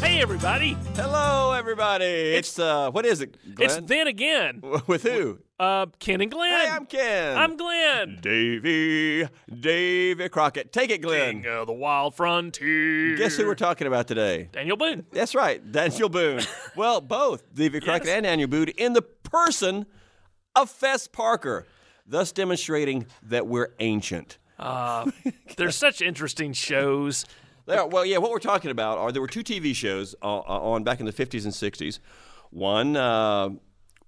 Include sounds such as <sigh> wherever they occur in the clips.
Hey, everybody. Hello, everybody. It's, uh, what is it? It's Glenn? then again. <laughs> with who? Uh, Ken and Glenn. Hey, I'm Ken. I'm Glenn. Davy, Davy Crockett. Take it, Glenn. King of the wild frontier. Guess who we're talking about today? Daniel Boone. That's <laughs> right, Daniel Boone. well, both Davy Crockett and Daniel Boone in the person of Fess Parker, thus demonstrating that we're ancient. There's such interesting shows. There- well, yeah, what we're talking about are there were two TV shows uh, uh, on back in the 50s and 60s. One uh,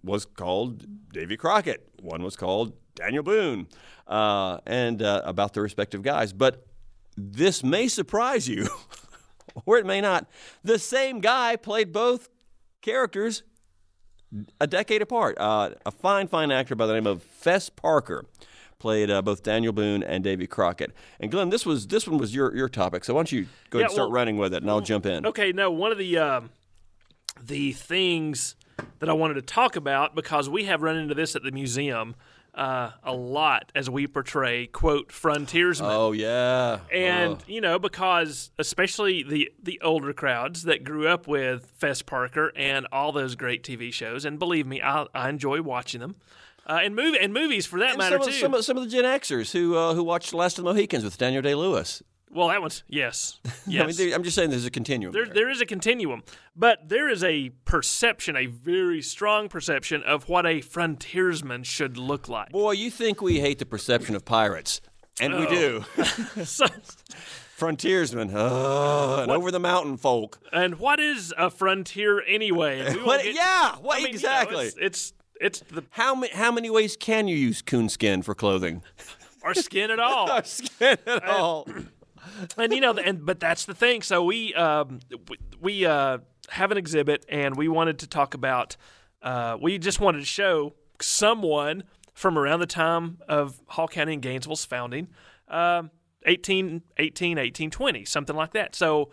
was called Davy Crockett, one was called Daniel Boone, uh, and uh, about their respective guys. But this may surprise you, <laughs> or it may not. The same guy played both characters a decade apart. Uh, a fine, fine actor by the name of Fess Parker played uh, both Daniel Boone and Davy Crockett. And Glenn, this was this one was your your topic, so why don't you go ahead Yeah, and start well- running with it, and I'll jump in. Okay, now one of the um, the things that I wanted to talk about because we have run into this at the museum uh, a lot as we portray quote frontiersmen. Oh yeah, and Oh. you know because especially the the older crowds that grew up with Fess Parker and all those great TV shows, and believe me, I, I enjoy watching them, uh, and movie and movies for that And matter some, too. of, some, of, some of the Gen Xers who uh, who watched Last of the Mohicans with Daniel Day Lewis. well, that one's <laughs> yes, yes. I mean, there- I'm just saying, there's a continuum. there, there is a continuum, but there is a perception, a very strong perception of what a frontiersman should look like. Boy, you think we hate the perception of pirates, and Oh. we do. <laughs> So, Frontiersmen, uh, and over the mountain folk. and what is a frontier anyway? And we will <laughs> What, get- yeah, what I mean, you know, exactly? it's, it's it's the How many how many ways can you use coonskin <laughs> for clothing? our skin at <laughs> all. skin at Uh, all. and you know, and but that's the thing. So we um, we, we uh, have an exhibit, and we wanted to talk about. Uh, we just wanted to show someone from around the time of Hall County and Gainesville's founding, um, 18, 18, 1820, something like that. So,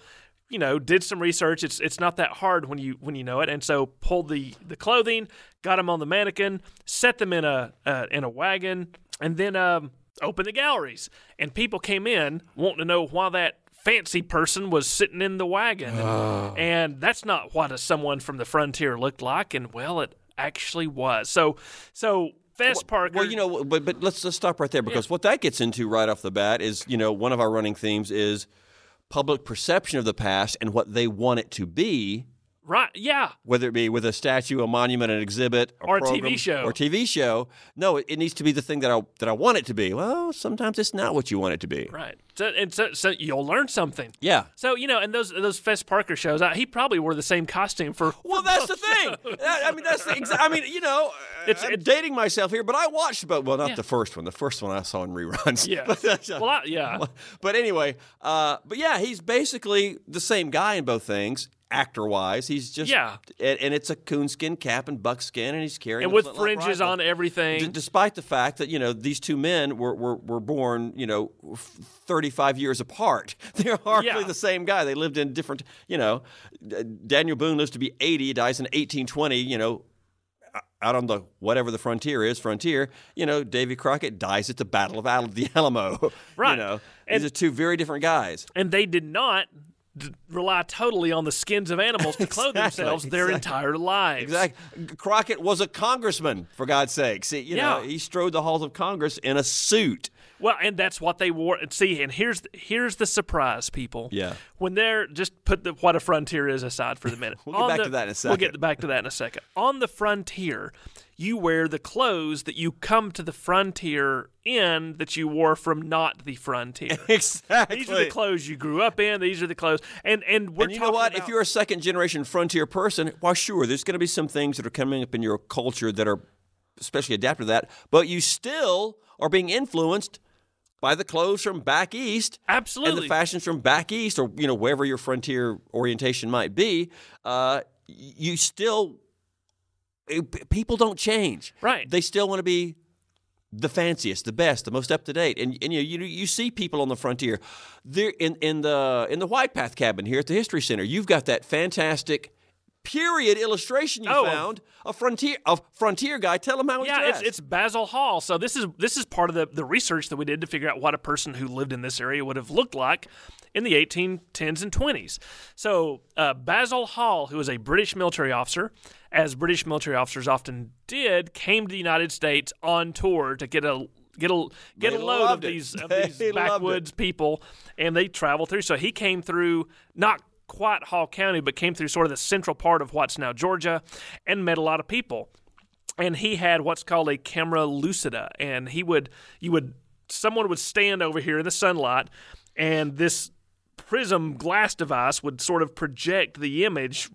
you know, did some research. It's it's not that hard when you when you know it. And so pulled the the clothing, got them on the mannequin, set them in a uh, in a wagon, and then um, opened the galleries. And people came in wanting to know why that fancy person was sitting in the wagon. Ah. And, and that's not what a, someone from the frontier looked like. And well, it actually was. So so Fess <clears throat> Parker. Well, you know, but but let's let's stop right there because what that gets into right off the bat is you know one of our running themes is public perception of the past and what they want it to be, right? Yeah. whether it be with a statue, a monument, an exhibit, a Or a TV program, show. or TV show. No, it, it needs to be the thing that I that I want it to be. Well, sometimes it's not what you want it to be. Right. So and so, so you'll learn something. Yeah. So you know, and those those Fess Parker shows, I, he probably wore the same costume for. Well, that's the thing. That- I mean, that's the exa- I mean, you know, it's, It's- I'm it's- dating myself here, but I watched, but well, not Yeah. the first one. The first one I saw in reruns. Yeah. <laughs> But that's- uh, well, I, yeah. but anyway, uh, but yeah, he's basically the same guy in both things, actor wise. He's just Yeah. and, and it's a coonskin cap and buckskin, and he's carrying and a with flintlock fringes rifle. on everything. D- despite the fact that you know these two men were were, were born you know f- 35 years apart <laughs> they're hardly Yeah. the same guy they lived in different you know D- daniel boone lives to be 80 dies in 1820 you know o- out on the whatever the frontier is frontier you know davy crockett dies at the battle of Al- the <laughs> alamo you Right. know And- these are two very different guys and they did not d- rely totally on the skins of animals <laughs> to clothe Exactly, themselves their entire lives. exactly crockett was a congressman for god's sake see you know Yeah. he strode the halls of congress in a suit <laughs> Well, and that's what they wore. And see, and here's here's the surprise, people. Yeah. When they're just put the what a frontier is aside for the minute. <laughs> We'll get On back the- to that in a We'll second. get back to that in a second. On the frontier, you wear the clothes that you come to the frontier in that you wore from not the <laughs> frontier. exactly These are the clothes you grew up in. These are the clothes, and and we're And you talking know what? if about- you're a second generation frontier person, well, sure, there's going to be some things that are coming up in your culture that are especially adapted to that, but you still are being influenced by the clothes from back east and the absolutely fashions from back east, or you know wherever your frontier orientation might be. Uh, you still eh, p- people don't change, Right. They still want to be the fanciest, the best, the most up to date. And, and you, know, you you see people on the frontier. There in in the in the White Path cabin here at the History Center, you've got that fantastic period illustration you Oh, of- found a frontier a frontier guy. Tell him how he's Yeah, it's, dressed. it's Basil Hall. So this is this is part of the, the research that we did to figure out what a person who lived in this area would have looked like in the 1810s and 20s. So uh, Basil Hall, who was a British military officer, as British military officers often did, came to the United States on tour to get a get a get They a load of loved it. these, <laughs> of They these loved it. backwoods people, and they travel through. So he came through not quite Hall County, but came through sort of the central part of what's now Georgia, and met a lot of people and he had what's called a camera lucida and he would you would someone would stand over here in the sunlight and this prism glass device would sort of project the image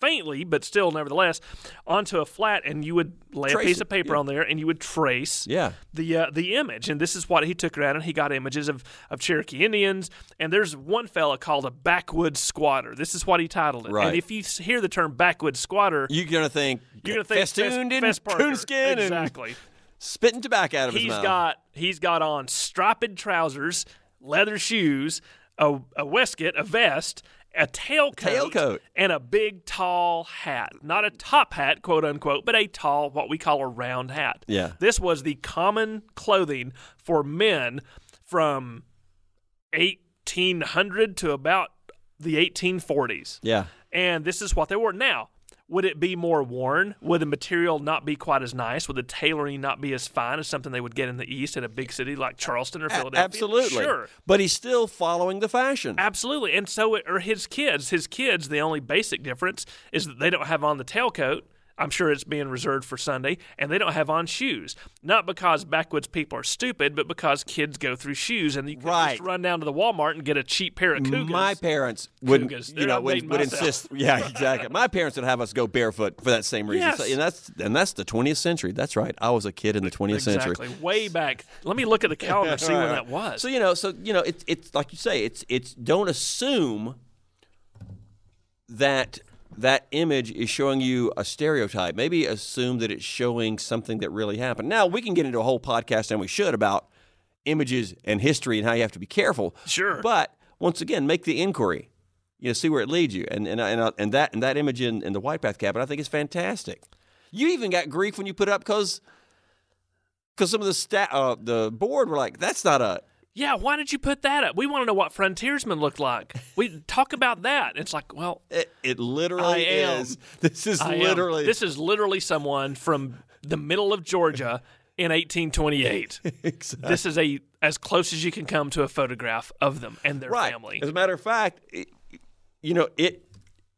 faintly but still nevertheless onto a flat and you would lay Trace a piece it, of paper on there and you would trace yeah. the uh, the image, and this is what he took around, and he got images of of Cherokee Indians, and there's one fella called a backwoods squatter. This is what he titled it. Right. And if you s- hear the term backwoods squatter, You're gonna think you're gonna think festooned Fess- in Fess Parker. coonskin and exactly. spitting tobacco out of He's his mouth. got he's got on striped trousers, leather shoes, a, a waistcoat, a vest, a tailcoat, Tailcoat. and a big tall hat. Not a top hat, quote unquote, but a tall, what we call a round hat. Yeah. This was the common clothing for men from 1800 to about the 1840s yeah. and this is what they were. Now, would it be more worn? Would the material not be quite as nice? Would the tailoring not be as fine as something they would get in the East in a big city like Charleston or A- Philadelphia? absolutely. Sure. But he's still following the fashion. Absolutely. And so it- are his kids. His kids, the only basic difference is that they don't have on the tailcoat. I'm sure it's being reserved for Sunday, and they don't have on shoes. Not because backwoods people are stupid, but because kids go through shoes, and you can Right. just run down to the Walmart and get a cheap pair of Cougars. My parents would, Cougars. you They're know, not would, made would myself. insist. <laughs> Yeah, exactly. My parents would have us go barefoot for that same reason. Yes. So- and that's and that's the 20th century. That's right. I was a kid in the 20th exactly. century. Way back. Let me look at the calendar, see <laughs> when that was. So you know, so you know, it's it's like you say, it's it's don't assume that that image is showing you a stereotype. Maybe assume that it's showing something that really happened. Now we can get into a whole podcast, and we should about images and history and how you have to be careful. Sure. but once again, make the inquiry. You know, see where it leads you, and and and, and that and that image in, in the White Path cabin, I think is fantastic. You even got grief when you put it up because because some of the sta- uh, the board were like, "That's not a Yeah, why did you put that up? We want to know what frontiersmen look like. We talk about that. It's like, well, It, it I literally am. is. <laughs> This is I am- literally. this is literally someone from the middle of Georgia in 1828. <laughs> Exactly. This is a as close as you can come to a photograph of them and their right. family. As a matter of fact, it, you know it.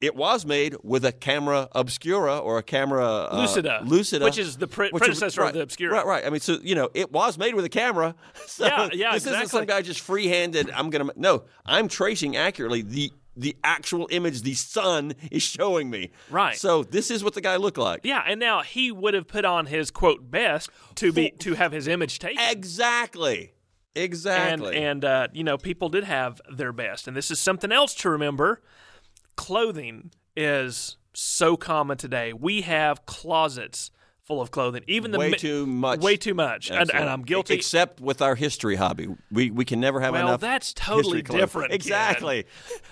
It was made with a camera obscura or a camera uh, Lucida, Lucida, which is the pre- predecessor of right, the obscura. Right, right. I mean, so you know, it was made with a camera. <laughs> So Yeah, yeah, This isn't some exactly. guy just free-handed. I'm gonna ma- no. I'm tracing accurately the the actual image the sun is showing me. Right. So this is what the guy looked like. Yeah, and now he would have put on his quote best to be to have his image taken. Exactly. and Exactly. and uh, you know people did have their best and this is something else to remember clothing is so common today we have closets full of clothing even the Way mi- too much. way too much and, and Absolutely. i'm guilty Except with our history hobby, we we can never have Well, enough. that's history totally clothes. different, kid. Exactly,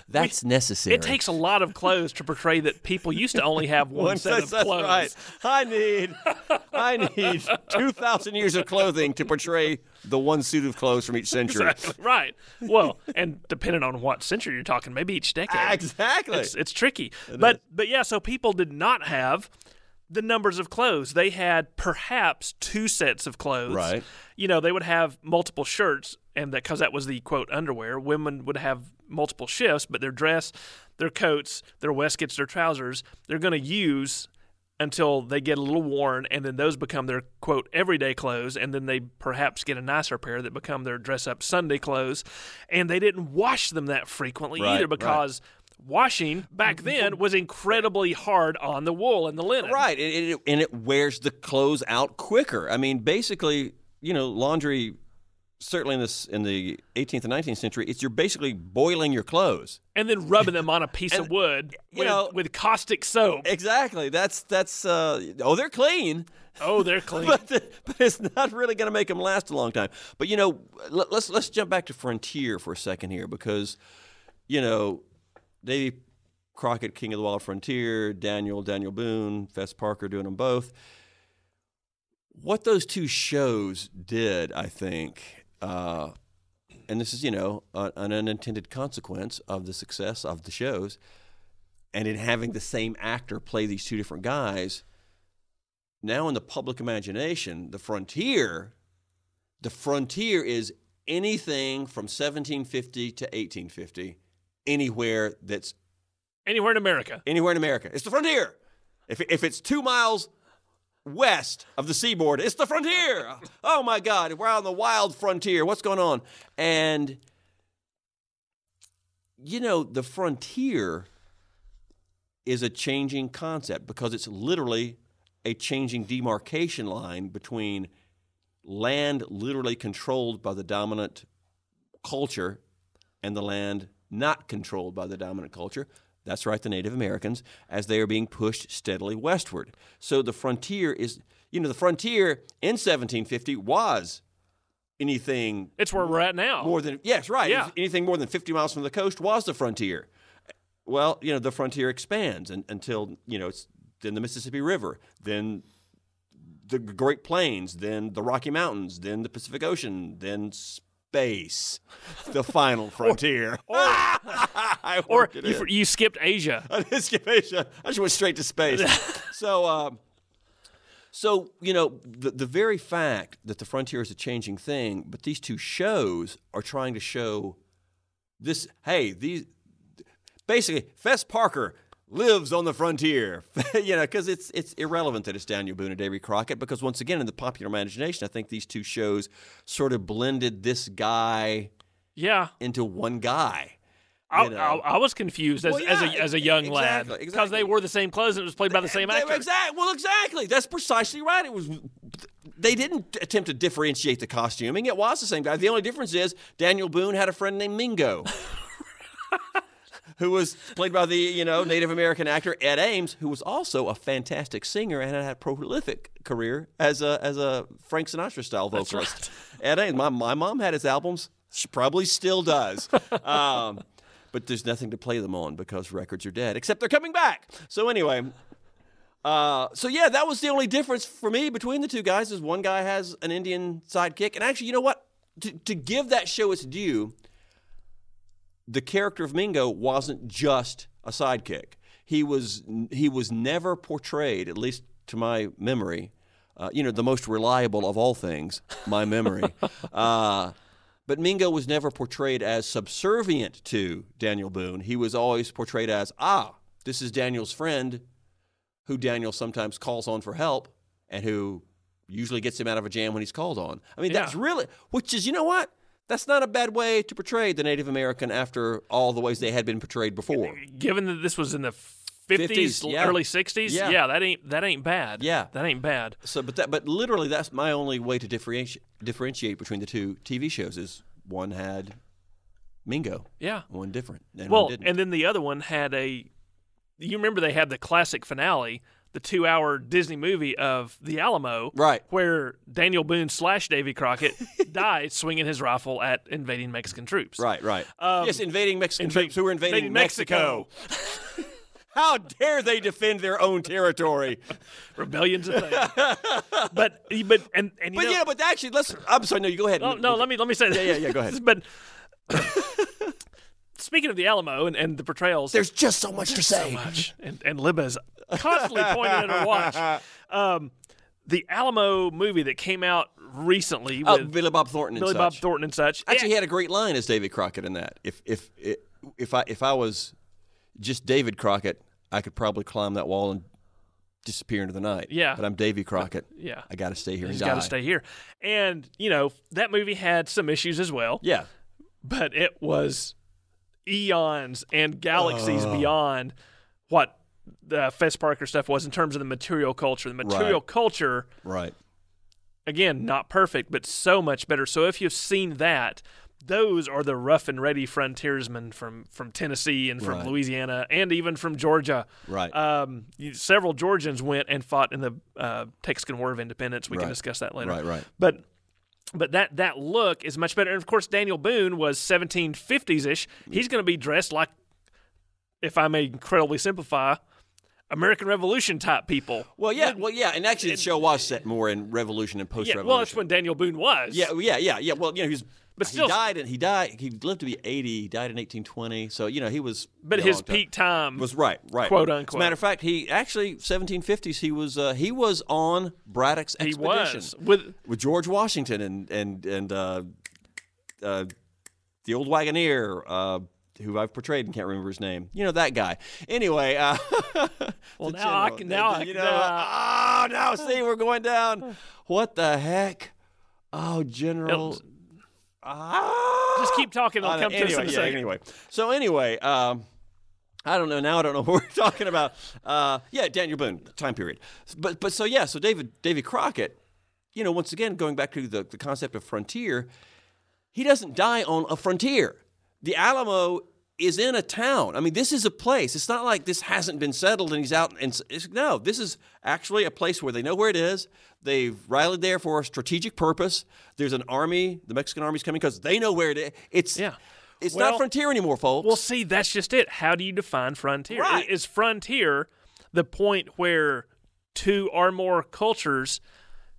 that's necessary. it takes a lot of clothes to portray that people used to only <laughs> have one, One set of says, that's clothes right. I need, <laughs> I need two thousand years of clothing to portray the one suit of clothes from each century. Exactly. <laughs> right well and depending on what century you're talking maybe each decade Exactly. it's, it's tricky. but but yeah, so people did not have the numbers of clothes. They had perhaps two sets of clothes. Right. You know, they would have multiple shirts, and that because that was the quote underwear. Women would have multiple shifts, but their dress, their coats, their waistcoats, their trousers, they're going to use until they get a little worn and then those become their quote everyday clothes and then they perhaps get a nicer pair that become their dress up sunday clothes and they didn't wash them that frequently Right, either right. because washing back then was incredibly hard on the wool and the linen Right, and it, it- and it wears the clothes out quicker. I mean, basically, you know, laundry. Certainly in this in the 18th and 19th century, it's you're basically boiling your clothes. and then rubbing them on a piece of wood you with, know- with caustic soap Exactly. That's that's. Uh, oh, they're clean, oh they're clean <laughs> but the, but it's not really going to make them last a long time. But you know, let, let's let's jump back to frontier for a second here because, you know, Davy Crockett, King of the Wild Frontier, Daniel, Daniel Boone, Fess Parker doing them both. What those two shows did, I think, uh, and this is, you know, a, an unintended consequence of the success of the shows, and in having the same actor play these two different guys, now in the public imagination, the frontier, the frontier is anything from 1750 to 1850, anywhere that's Anywhere in America. anywhere in America. It's the frontier. If, if it's two miles west of the seaboard, it's the frontier. Oh my God, we're on the wild frontier. What's going on? And, you know, the frontier is a changing concept because it's literally a changing demarcation line between land literally controlled by the dominant culture and the land not controlled by the dominant culture. That's right, the Native Americans, as they are being pushed steadily westward. So the frontier is, you know, the frontier in 1750 was anything It's where we're at now. more than yes, right. Yeah. Anything more than 50 miles from the coast was the frontier. Well, you know, the frontier expands and, until you know it's then the Mississippi River, then the Great Plains, then the Rocky Mountains, then the Pacific Ocean, then space, <laughs> the final frontier. Or, <laughs> I or worked it you, in. for- you skipped Asia. <laughs> I didn't skip Asia. I just went straight to space. so, um, so you know, the the very fact that the frontier is a changing thing, but these two shows are trying to show this. Hey, these basically, Fess Parker lives on the frontier. <laughs> you know, because it's it's irrelevant that it's Daniel Boone and Davy Crockett, because once again, in the popular imagination, I think these two shows sort of blended this guy Yeah. into one guy. I, you know. I, I was confused as, Well, as, yeah, a, as a young exactly, lad because exactly. they wore the same clothes and it was played by the same actor. Exactly. Well, exactly. That's precisely right. It was. They didn't attempt to differentiate the costuming. It was the same guy. The only difference is Daniel Boone had a friend named Mingo, who was played by the you know Native American actor Ed Ames, who was also a fantastic singer and had a prolific career as a as a Frank Sinatra style vocalist. Ed Ames. My my mom had his albums. She probably still does. um, but there's nothing to play them on because records are dead, except they're coming back. So anyway, uh, so yeah, that was the only difference for me between the two guys is one guy has an Indian sidekick, and actually, you know what? To, to give that show its due, the character of Mingo wasn't just a sidekick. He was he was never portrayed, at least to my memory, uh, you know, the most reliable of all things, my memory. uh, but Mingo was never portrayed as subservient to Daniel Boone. He was always portrayed as ah, this is Daniel's friend, who Daniel sometimes calls on for help, and who usually gets him out of a jam when he's called on. I mean, Yeah. that's really, which is, you know what? That's not a bad way to portray the Native American after all the ways they had been portrayed before. Given that this was in the 50s, 50s, yeah. early 60s, Yeah. yeah. that ain't that ain't bad. Yeah. That ain't bad. So, but that, but literally, that's my only way to differentiate differentiate between the two TV shows is one had Mingo, Yeah. one different, and Well, one didn't. and then the other one had a. You remember they had the classic finale, the two-hour Disney movie of The Alamo, Right. Where Daniel Boone slash Davy Crockett <laughs> died swinging his rifle at invading Mexican troops. right, right. yes, invading Mexican invade- troops who were invading, um, invading Mexico. Mexico. How dare they defend their <laughs> own territory? Rebellion's a thing. <laughs> but but and and you But know, yeah, but actually, let's. I'm sorry. No, you go ahead. Oh, no, let me let me say that. yeah, yeah, <laughs> go ahead. but <laughs> speaking of the Alamo and, and the portrayals, There's just so much to say. much. And, and Libba's constantly pointing at her watch. Um, the Alamo movie that came out recently Oh, with Billy Bob Thornton. And Billy such. Bob Thornton and such. Actually, he yeah, had a great line as David Crockett in that. If if if I if I was just David Crockett, I could probably climb that wall and disappear into the night. Yeah. But I'm Davy Crockett. yeah. I got to stay here he's and got die. to stay here. And you know that movie had some issues as well, Yeah. but it was eons and galaxies Oh. beyond what the Fess Parker stuff was in terms of the material culture. The material culture Right. again, not perfect, but so much better. So if you've seen that, those are the rough and ready frontiersmen from from Tennessee and from Right. Louisiana and even from Georgia. Right. Um, you- several Georgians went and fought in the uh, Texican War of Independence. We can Right. discuss that later. Right, right. But but that that look is much better. And of course, Daniel Boone was 1750s ish. He's going to be dressed like if I may incredibly simplify, American Revolution type people. Well, yeah, well, yeah, and actually, the show was set more in Revolution and Yeah, post-Revolution. well, that's when Daniel Boone was. Yeah, yeah, yeah, yeah. Well, you know, he was. But But still- he died, and he died. He lived to be eighty. He died in eighteen twenty. So you know, he was. but a his long time- peak time was right, right, quote, As a unquote. matter of fact, he actually seventeen fifties. He was uh, he was on Braddock's he expedition was with with George Washington and and and uh, uh, the old wagoneer. Uh, who I've portrayed and can't remember his name. You know that guy. Anyway, uh, <laughs> well now I can- now I you can- uh, know. oh, now see, we're going down. What the heck? Oh, General. It'll- Ah! Just keep talking, it'll I know. come to us anyway, in a yeah, second. Anyway, so anyway, um, I don't know now. I don't know <laughs> what we're talking about. Uh, yeah, Daniel Boone time period. But but so yeah, so David David Crockett, you know, once again going back to the, the concept of frontier, he doesn't die on a frontier. The Alamo is in a town. I mean, this is a place. It's not like this hasn't been settled and he's out. And s- it's, no, this is actually a place where they know where it is. They've rallied there for a strategic purpose. There's an army. The Mexican army's coming because they know where it is. It's Yeah. It's Well- not frontier anymore, folks. Well, see, that's just it. How do you define frontier? Right. Is frontier the point where two or more cultures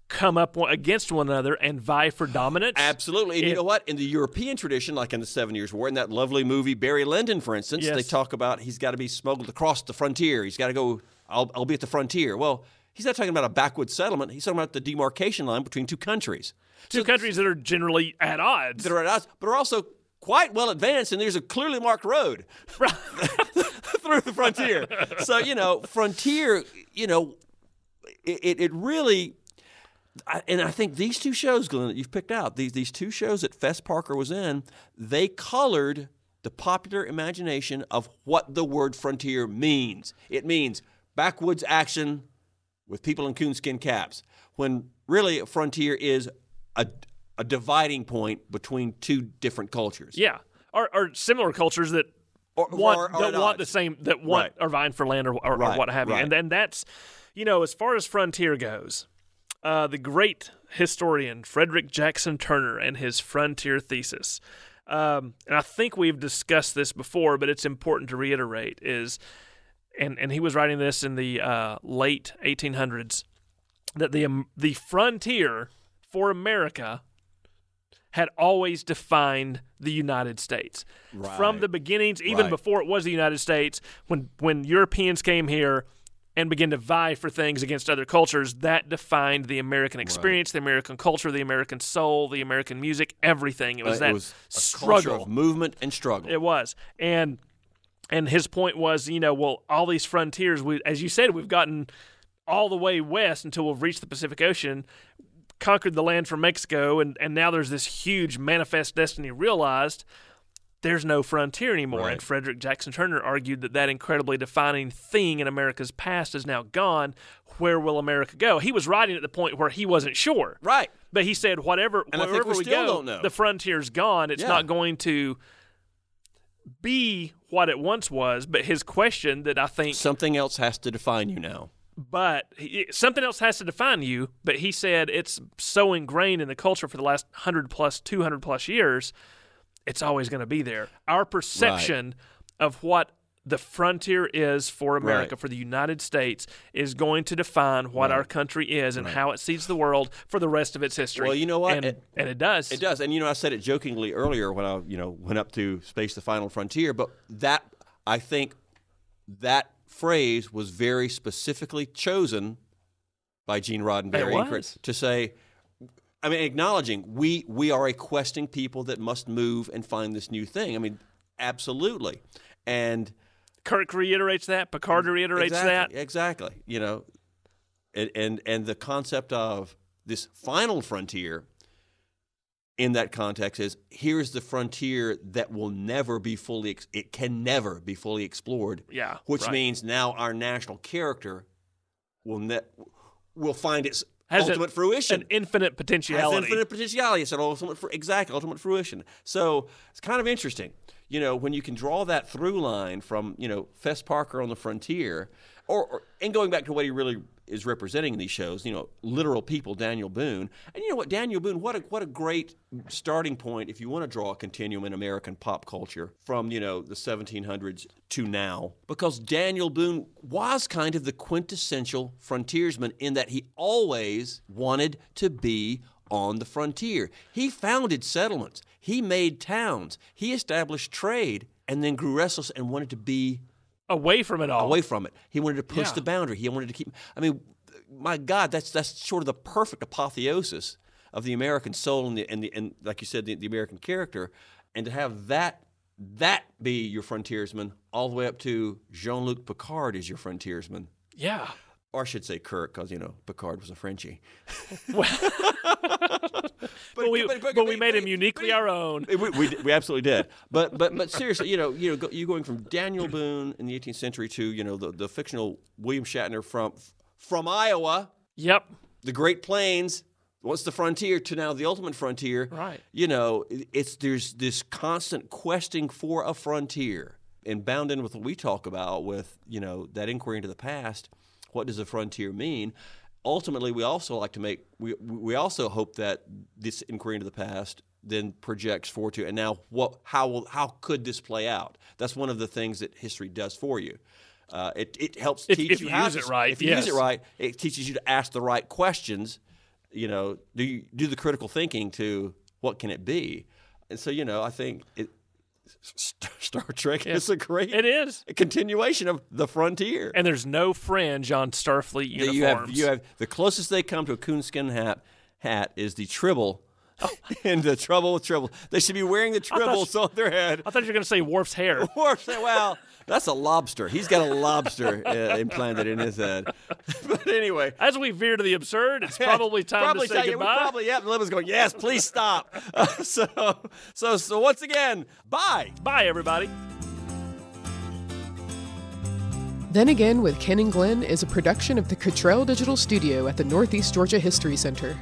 come up one, against one another and vie for dominance? Absolutely. And you know what? In the European tradition, like in the Seven Years' War, in that lovely movie Barry Lyndon, for instance, Yes. they talk about he's got to be smuggled across the frontier. He's got to go, I'll, I'll be at the frontier. Well, he's not talking about a backwoods settlement. He's talking about the demarcation line between two countries Two countries that are generally at odds. that are at odds, but are also quite well advanced, and there's a clearly marked road <laughs> through the frontier. so, you know, frontier, you know, it, it, it really. I, and I think these two shows, Glenn, that you've picked out, these, these two shows that Fess Parker was in, they colored the popular imagination of what the word frontier means. It means backwoods action with people in coonskin caps, when really a frontier is a, a dividing point between two different cultures. yeah. Or, or similar cultures that Or- want, or- or that at want odds. the same, that want Right. or vying for land or, or, or Right, what have you. right. And then that's, you know, as far as frontier goes, uh, the great historian Frederick Jackson Turner and his frontier thesis. Um, and I think we've discussed this before, but it's important to reiterate is, and and he was writing this in the uh, late 1800s that the um, the frontier for America had always defined the United States from Right. the beginnings, even Right. before it was the United States. When when Europeans came here and began to vie for things against other cultures, that defined the American experience, the American culture, the American soul, the American music, everything. It was Uh, that it was a culture struggle. of movement and struggle. It was, and and his point was, you know, well, all these frontiers, we, as you said, we've gotten all the way west until we've reached the Pacific Ocean, conquered the land from Mexico, and and now there's this huge manifest destiny realized. There's no frontier anymore, Right. and Frederick Jackson Turner argued that that incredibly defining thing in America's past is now gone. Where will America go? He was writing at the point where he wasn't sure, Right. but he said, whatever, And I think wherever we we still go, don't know. the frontier's gone. It's Yeah. not going to be what it once was. But his question that I think, Something else has to define you now. but he, something else has to define you. But he said it's so ingrained in the culture for the last hundred plus, two hundred plus years, it's always going to be there. Our perception of what the frontier is for America, Right. for the United States, is going to define what our country is and how it sees the world for the rest of its history. Well, you know what? And It- and it does. It does, and you know, I said it jokingly earlier when I, you know, went up to space the final frontier. But that, I think, that phrase was very specifically chosen by Gene Roddenberry and Chris was. to say, I mean, acknowledging we we are a questing people that must move and find this new thing. I mean, absolutely, and Kirk reiterates that. Picard reiterates Mm, exactly, that. exactly. You know, and, and and the concept of this final frontier in that context is here's the frontier that will never be fully ex- it can never be fully explored. Yeah, which right. means now our national character will ne- will find its Has a- ultimate fruition. An infinite potentiality. Has infinite potentiality. It's an ultimate, fru- exact ultimate fruition. So it's kind of interesting. you know, when you can draw that through line from, you know, Fess Parker on the frontier, or, or and going back to what he really is representing in these shows, you know, literal people, Daniel Boone. And you know what, Daniel Boone, what a what a great starting point if you want to draw a continuum in American pop culture from, you know, the 1700s to now. Because Daniel Boone was kind of the quintessential frontiersman in that he always wanted to be on the frontier. He founded settlements, he made towns, he established trade, and then grew restless and wanted to be away from it all. away from it. He wanted to push Yeah. the boundary. He wanted to keep. I mean, my God, that's that's sort of the perfect apotheosis of the American soul and the and, the, and like you said, the, the American character, and to have that that be your frontiersman all the way up to Jean Luc Picard is your frontiersman, Yeah. or I should say Kirk, because you know Picard was <laughs> a Frenchie. But, we, but- but, but- we but- made but- him uniquely our own. we, we, we absolutely did. But but but seriously, you know, you know, go, you going from Daniel Boone in the 18th century to you know the, the fictional William Shatner from from Iowa, Yep. the Great Plains. What's the frontier to now the ultimate frontier? Right. You know, it- it's there's this constant questing for a frontier, and bound in with what we talk about with you know that inquiry into the past. What does the frontier mean? Ultimately, we also like to make we we also hope that this inquiry into the past then projects forward to and now what how will how could this play out? That's one of the things that history does for you. Uh, it it helps If- teach if you you how use to- it right, If you use yes. it right, it teaches you to ask the right questions. You know, do you, do the critical thinking to what can it be? And so, you know, I think it, Star Star Trek is a great It is. continuation of the frontier. And there's no fringe on Starfleet That uniforms. you have you have the closest they come to a coonskin hat hat is the tribble. Oh. <laughs> and the trouble with tribble. They should be wearing the tribbles on their head. I thought you were going to say Worf's <laughs> hair. Or say, well, that's a lobster. He's got a lobster uh, implanted in his head. <laughs> but anyway, As we veer to the absurd, <laughs> it's probably time probably to say tell you- we goodbye. Probably, yeah. And Liv was going, yes, please stop. <laughs> Uh, so, so, so once again, bye. Bye, everybody. Then Again with Ken and Glenn is a production of the Cottrell Digital Studio at the Northeast Georgia History Center.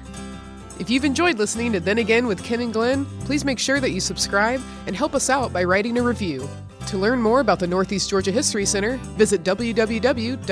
If you've enjoyed listening to Then Again with Ken and Glenn, please make sure that you subscribe and help us out by writing a review. To learn more about the Northeast Georgia E History Center, visit www.negahc.org.